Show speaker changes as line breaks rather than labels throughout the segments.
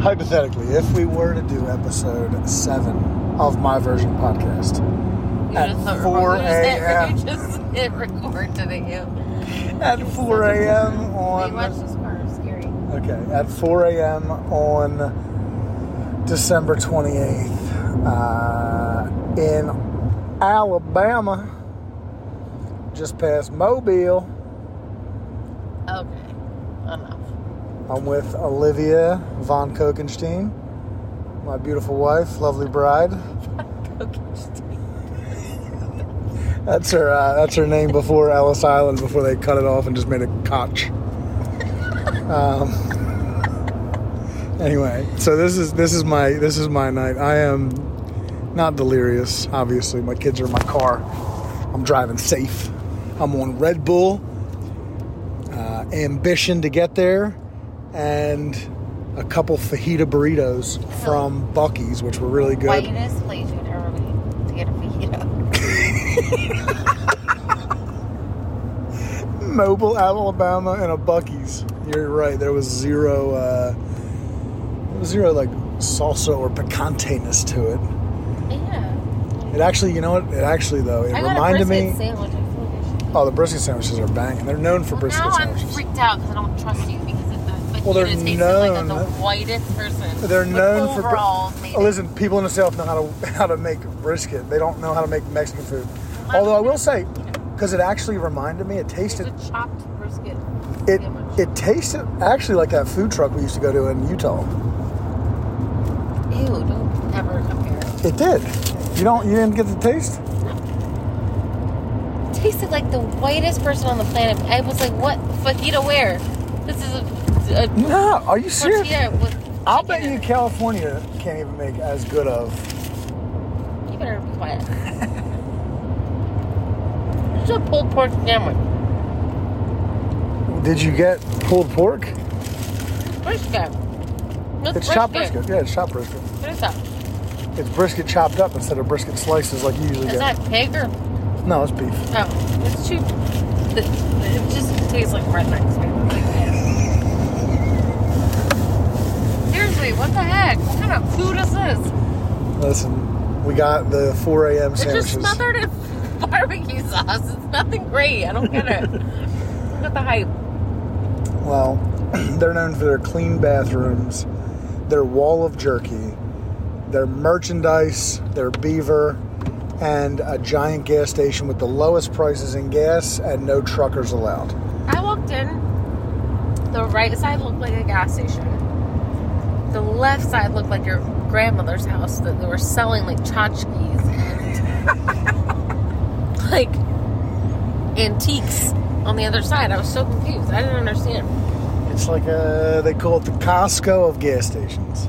hypothetically, if we were to do episode seven of my version podcast
You
At
just hit
4
record. You just
a.m.
hit- You just hit record, didn't you?
at 4 a.m.
We
on
watched this part. It's scary.
Okay, at 4 a.m. on December 28th uh, in Alabama, just past Mobile.
Okay. Enough.
I'm with Olivia von Kokenstein, my beautiful wife, lovely bride. That's her. Uh, that's her name before Ellis Island, before they cut it off and just made it Koch. Um, anyway, so this is this is my this is my night. I am not delirious. Obviously, my kids are in my car. I'm driving safe. I'm on Red Bull. Uh, ambition to get there, and a couple fajita burritos from Bucky's, which were really good.
Whitest place you'd ever be to get a fajita.
Mobile, Alabama, and a Bucky's. You're right. There was zero, uh, there was zero like salsa or picanteness to it.
Yeah.
It actually, you know what? It actually though, it
I got a
reminded
brisket
me.
sandwich. I feel like I should
Oh, the brisket sandwiches are banging. They're known for
Well,
brisket
now I'm
sandwiches.
freaked out because I don't trust you because of the but
Well, they're
you just tasted like I'm the
known.
whitest person.
They're
with
known for. bri-
overalls.
oh,
maybe.
listen, people in the South know how to how to make brisket. They don't know how to make Mexican food.
Well,
Although I will
it's-
say, because it actually reminded me, it
It's
tasted
a chopped brisket.
it
sandwich.
it tasted actually like that food truck we used to go to in Utah.
Ew! Don't ever compare. it.
It did. You don't. You didn't get the taste.
Tasted like the whitest person on the planet. I was like, "What fajita? Where? This is a, a
No. Are you serious?
tortilla with."
I'll
chicken
bet
in
you
it.
California can't even make as good of.
You better be quiet. It's a pulled pork sandwich.
Did you get pulled pork?
Brisket. No,
It's chopped brisket. Yeah, it's chopped brisket.
What is that?
It's brisket chopped up instead of brisket slices like you usually
Is
get.
that pig or
No, it's beef.
Oh, it's too. It it just tastes like rednecks. Seriously, what the heck? What kind of food is this?
Listen, we got the 4 a.m.
It's just
sandwiches.
smothered in barbecue sauce. It's nothing great. I don't get it. Look at the hype.
well, they're known for their clean bathrooms, their wall of jerky, their merchandise, their beaver, and a giant gas station with the lowest prices in gas and no truckers allowed.
I walked in. The right side looked like a gas station. The left side looked like your grandmother's house that they were selling like tchotchkes and like antiques on the other side. I was so confused. I didn't understand.
It's like a, they call it the Costco of gas stations.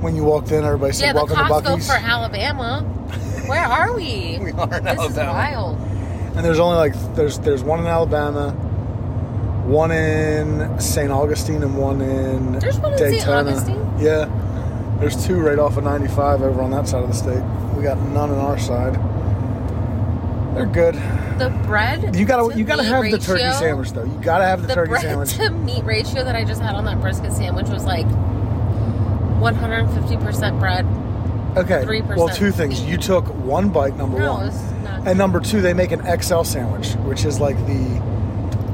When you walked in, everybody said,
yeah, the
Welcome to
Costco
Bucky's.
for Alabama. Where are we?
We are in
this is
Alabama.
wild.
and there's only like, there's, there's one in Alabama, one in St. Augustine, and one in
There's one in St.
Daytona.
Augustine?
Yeah. There's two right off of 95 over on that side of the state. We got none on our side. They're good.
The bread.
You gotta,
to
you gotta
meat
have the turkey
ratio-
sandwich though. You gotta have the,
the
turkey
bread
sandwich.
to meat ratio that I just had on that brisket sandwich was like 150% bread.
Okay.
3%
Well, two things.
meat.
You took one bite. Number
No,
one.
it's not.
And number two, they make an XL sandwich, which is like the,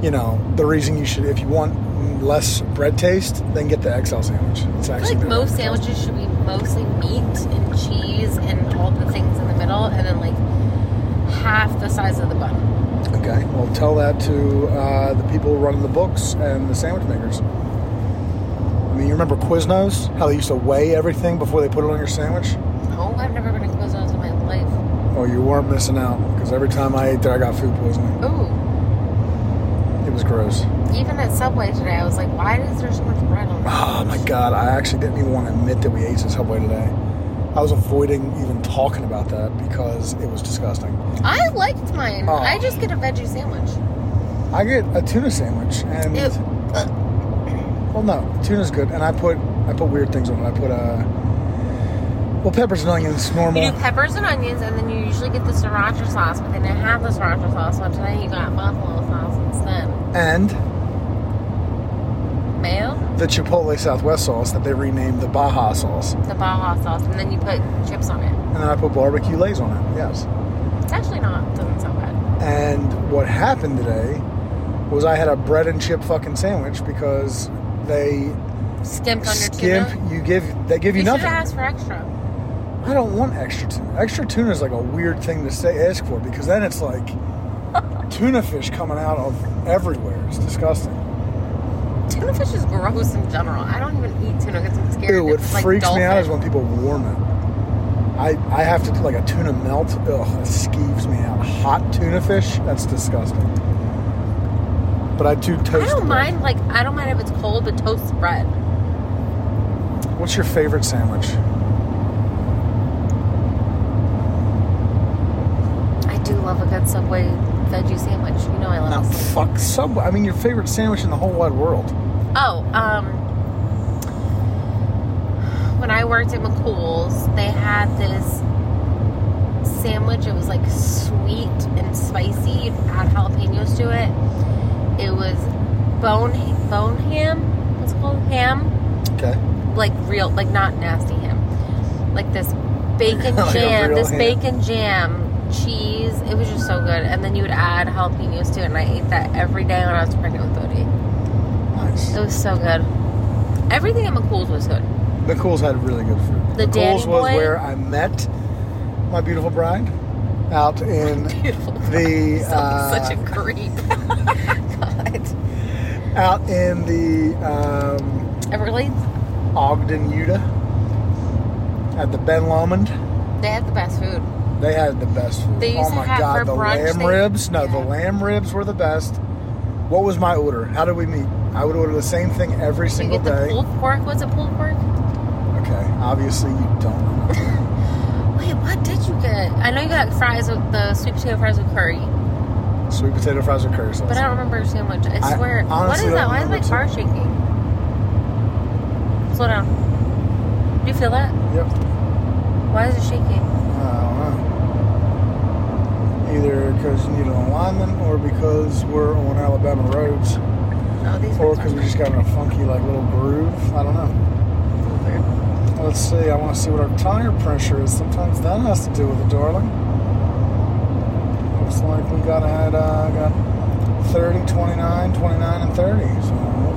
you know, the reason you should, if you want less bread taste, then get the XL sandwich. It's
I
actually
feel like
better.
most sandwiches should be mostly meat and cheese and all the things in the middle, and then like half the size of the bun.
Okay, well, tell that to uh, the people running the books and the sandwich makers. I mean, you remember Quiznos? How they used to weigh everything before they put it on your sandwich?
No, I've never been to Quiznos in my life.
Oh, you weren't missing out because every time I ate there, I got food poisoning.
Ooh,
It was gross.
even at Subway today, I was like, why is there so much bread on? that?
Oh my god, I actually didn't even want to admit that we ate at Subway today. I was avoiding even talking about that because it was disgusting.
I liked mine.
Oh.
I just get a veggie sandwich.
I get a tuna sandwich and
Ew.
well, no, tuna's good, and I put I put weird things on it. I put uh, well, peppers and onions, normal.
You do peppers and onions, and then you usually get the sriracha sauce, but they didn't have the sriracha sauce. So today you got buffalo sauce instead.
And
Mayo?
the Chipotle Southwest sauce that they renamed the Baja sauce.
the Baja sauce, and then you put chips on it.
And then I put barbecue lays on it, yes.
It's actually not, doesn't sound bad.
And what happened today was I had a bread and chip fucking sandwich because they
Skimped on your
skimp,
tuna.
you give, they give you,
you should
nothing.
have asked for extra.
I don't want extra tuna. Extra tuna is like a weird thing to say ask for because then it's like tuna fish coming out of everywhere. It's disgusting.
Tuna fish is gross in general. I don't even eat tuna because I'm scared.
Ew, what
it's like
freaks me out is
dolphin.
when people warm it. I, I have to like a tuna melt. Ugh, it skeeves me out. Hot tuna fish. That's disgusting. But I do toast.
I don't
bread.
mind like I don't mind if it's cold, but toast bread.
What's your favorite sandwich?
I do love a good Subway veggie sandwich. You know I
Now,
love. a sandwich.
fuck Subway. I mean, your favorite sandwich in the whole wide world.
Oh, um, when I worked at McCool's, they had this sandwich. It was like sweet and spicy. You'd add jalapenos to it. It was bone bone ham. What's it called ham?
Okay.
Like real, like not nasty ham. Like this bacon
Like a
jam.
real
This
ham.
bacon jam. Cheese, it was just so good, and then you would add jalapenos to it, and I ate that every day when I was pregnant with Bodhi.
Nice.
It was so good. Everything at McCool's was good.
McCool's had really good food.
The
McCool's
Danny
was
Boy?
where I met my beautiful bride out in
Beautiful.
The,
Sounds
uh,
such a creep. God.
out in the um,
It really,
Ogden, Utah, at the Ben Lomond.
they had the best food.
They had the best food.
They used
oh
to
my
have
god,
for
the
brunch,
lamb
they-
ribs. No, the
Yeah.
lamb ribs were the best. What was my order? How did we meet? I would order the same thing every
You
single
get the
day.
pulled pork. Was it pulled pork?
Okay, obviously you don't.
Wait, what did you get? I know you got fries with the sweet potato fries with curry,
Sweet potato fries with curry sauce.
but I don't remember your sandwich.
I
I swear. what is
honestly
that?
don't
Why is my
remember
car
too.
shaking? Slow down. Do you feel that?
Yep.
Why is it shaking?
I don't know. Either because you need an alignment, or because we're on Alabama roads,
Oh, these
or
fries
because
are
we just got in a funky like little groove. I don't know.
weird.
Let's see. I want to see what our tire pressure is. Sometimes that has to do with it, darling. Looks like we got had uh, got 30, 29, 29, and 30. So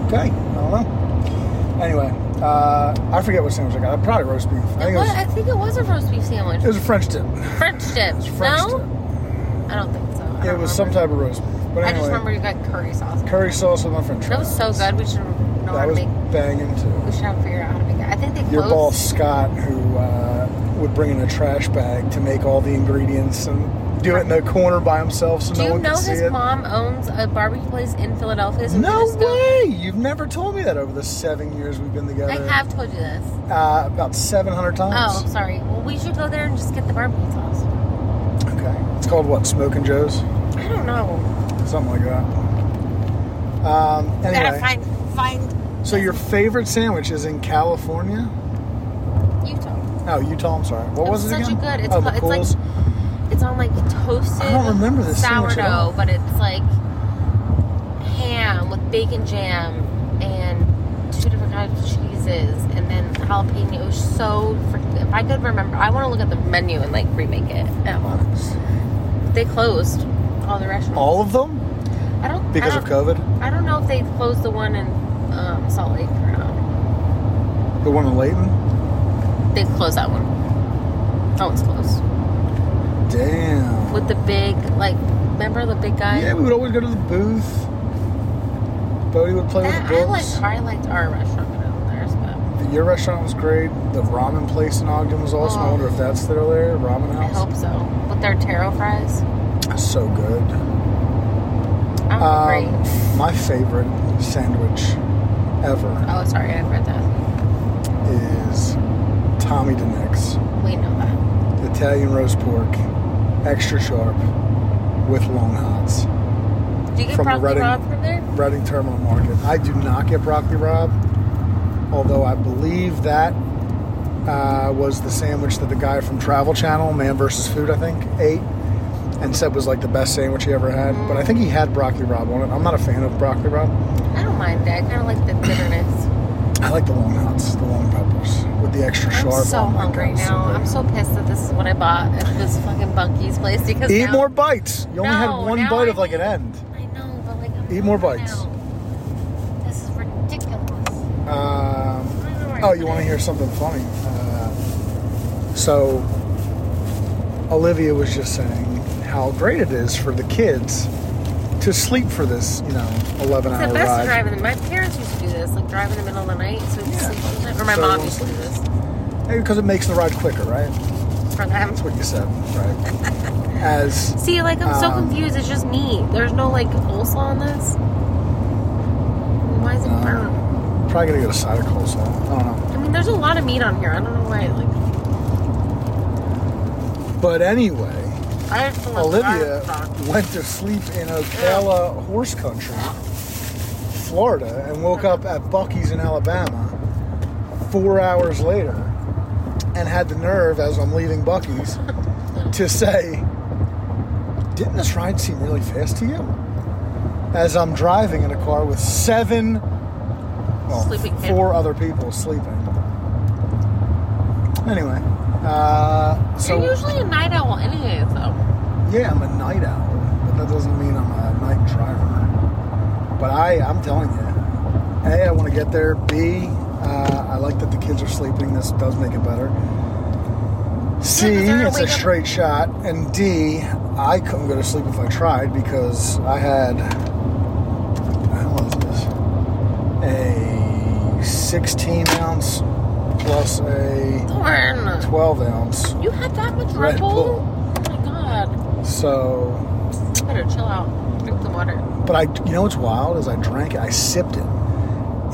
okay, I don't know. Anyway, uh, I forget what sandwich I got. Probably roast beef.
It
I think it
was,
was,
I think it was a roast beef sandwich.
it was a French dip.
French dips.
French
no?
dip.
I don't think so. I
It
don't
was some
remember.
type of roast beef. But anyway,
I just remember you got curry sauce.
curry sauce with my French
That was so
fries.
good. We should know how
That
to
was
make.
banging too.
We should have to figure out how to make it. I think they closed.
Your boss Scott, who uh, would bring in a trash bag to make all the ingredients and do it in the corner by himself, so
Do
no
you
one
know
could see
his
it.
mom owns a barbecue place in Philadelphia? So we
No
just go-
way! You've never told me that over the seven years we've been together.
I have told you this.
Uh, about 700
Oh,
times.
sorry. Well, we should go there and just get the barbecue sauce. Oh.
Okay. It's called what? Smoking Joe's?
I don't know.
Something like that. Um,
Gotta
anyway,
find find
so your favorite sandwich is in California?
Utah.
Oh, Utah, I'm sorry. What
It
was
was
it
such a
again?
good- it's
oh,
called- it's like-
McCool's?
It's on like toasted.
I don't remember this so much at all.
sourdough, but it's like ham with bacon jam and two different kinds of cheeses, and then jalapeno. It was so freaking. If I could remember, I want to look at the menu and like remake it at home. They closed all the restaurants.
All of them?
I don't
Because
I
of
don't-
COVID?
I don't know if they closed the one in um, Salt Lake or not.
The one in Layton?
They closed that one. That one's closed.
Damn.
With the big like, remember the big guy?
yeah, we would always go to the booth. Bodie would play
that,
with
I
the
liked.
books.
I liked our restaurant better than theirs, but.
The- Your restaurant was great. The ramen place in Ogden was awesome. I
Oh.
wonder if that's still there. Ramen
I
house.
hope so. With their taro fries,
So good.
I'm
Um,
great.
my favorite sandwich ever
Oh, sorry, I've read that. Oh.
is Tommy DeNick's
We know that.
Italian roast pork, extra sharp, with long hots.
Do you get
From the
broccoli
Reading-
raw from there?
Reading Terminal Market. I do not get broccoli rob, although I believe that uh, was the sandwich that the guy from Travel Channel, Man vs. Food, I think, ate and said was like the best sandwich he ever had. But I think he had broccoli rob on it. I'm not a fan of broccoli rob.
I don't mind it. I kind of like the bitterness.
I like the long hots, the long peppers with the extra
I'm
sharp.
so
Oh my
hungry
God,
now.
good.
I'm so pissed that this is what I bought at this fucking Bunky's place because
Eat
now-
more bites. You only
No,
had one
now
bite
I
of like an
need-
end.
I know, but like I'm
Eat more
hungry
bites.
now. This is ridiculous.
Um,
I don't know where I
oh, you
put
want
it.
to hear something funny? Uh, so, Olivia was just saying how great it is for the kids to sleep for this, you know, 11
It's
hour
the best
ride.
driving. My parents used to do this, like drive in the middle of the night, so we
Yeah.
sleep all night. Or my
So
mom
we'll
used to do this.
Maybe because it makes the ride quicker, right?
For them.
That's what you said, right? As
See, like I'm so
Um,
confused. It's just me. There's no like coleslaw on this. Why is it
Um,
brown?
probably gonna get a side of coleslaw. I don't know.
I mean, there's a lot of meat on here. I don't know why. Like,
But anyway,
I have full of
Olivia
garlic sauce.
went to sleep in Ocala horse country, Florida, and woke up at Bucky's in Alabama four hours later and had the nerve, as I'm leaving Bucky's, to say, Didn't this ride seem really fast to you? As I'm driving in a car with seven, well,
Sleeping kids.
four other people sleeping. Anyway, uh, so.
You're usually a night owl, anyways, though.
Yeah, I'm a night owl, but that doesn't mean I'm a night driver. But I, I'm telling you, A, I want to get there. B, uh, I like that the kids are sleeping. This does make it better. C,
Yeah, 'cause they're gonna
it's a
wake up-
straight shot. And D, I couldn't go to sleep if I tried because I had, how was this? A 16 ounce plus a
Darn.
12 ounce.
You had that much
Red
Red Bull?
Bull.
Oh my god.
So
You better chill out. Drink the water.
But I, you know what's wild is I drank it, I sipped it.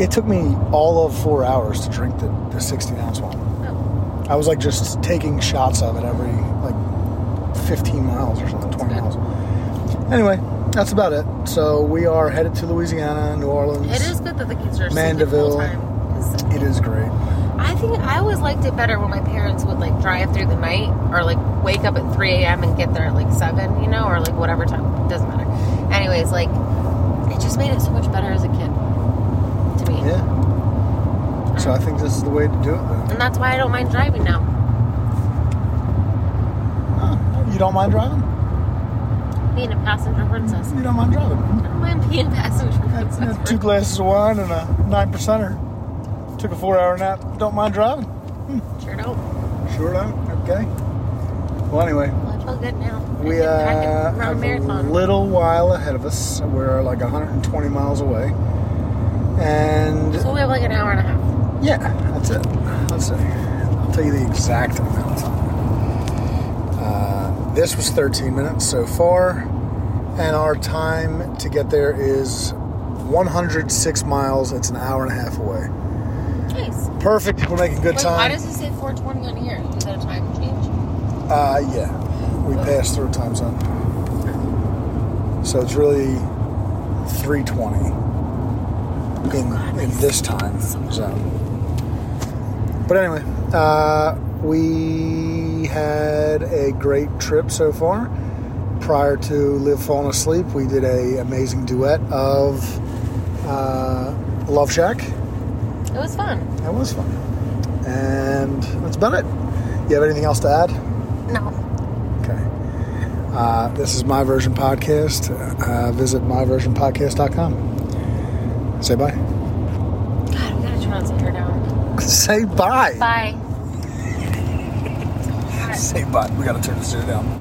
It took me all of four hours to drink the, the 16 ounce one.
Oh,
I was like just taking shots of it every like 15 miles or something, 20
That's
miles. Anyway, that's about it. So we are headed to Louisiana, New Orleans.
it is good that the kids are
Mandeville.
sleeping the whole time. 'cause
It is great.
I think I always liked it better when my parents would like drive through the night or like wake up at 3 a.m. and get there at like 7, you know, or like whatever time. It doesn't matter. Anyways, like it just made it so much better as a kid to me.
Yeah. So I think this is the way to do it. Then.
And that's why I don't mind driving now.
Huh. You don't mind driving?
Being a passenger princess.
You don't mind driving?
I don't mind being a passenger
Had-
princess.
had two glasses of wine and a nine percenter. Took a four hour nap. Don't mind driving.
Sure don't.
Sure don't. Okay. Well, anyway,
Well, I feel good now.
we
I can, I
uh,
can run a
have a
marathon.
little while ahead of us. We're like 120 miles away, and
so we have like an hour and a half.
yeah, that's it. That's it. I'll tell you the exact amount of time. Uh, this was 13 minutes so far, and our time to get there is 106 miles. It's an hour and a half away.
Nice.
Perfect. We're making good
Wait,
time.
why does it say 420 on here? Is that a time change?
Uh, yeah, we passed through a time zone, so it's really 320 in, in this time zone. But anyway, uh, we had a great trip so far. Prior to Live Falling Asleep, we did a amazing duet of uh, Love Shack.
It was fun.
That was fun, and that's about it. You have anything else to add?
No.
Okay. Uh, this is My Version Podcast. Uh, visit myversionpodcast.com. Say bye.
God, we gotta turn this hair down.
Say bye.
Bye.
Say bye. We got to turn this dude down.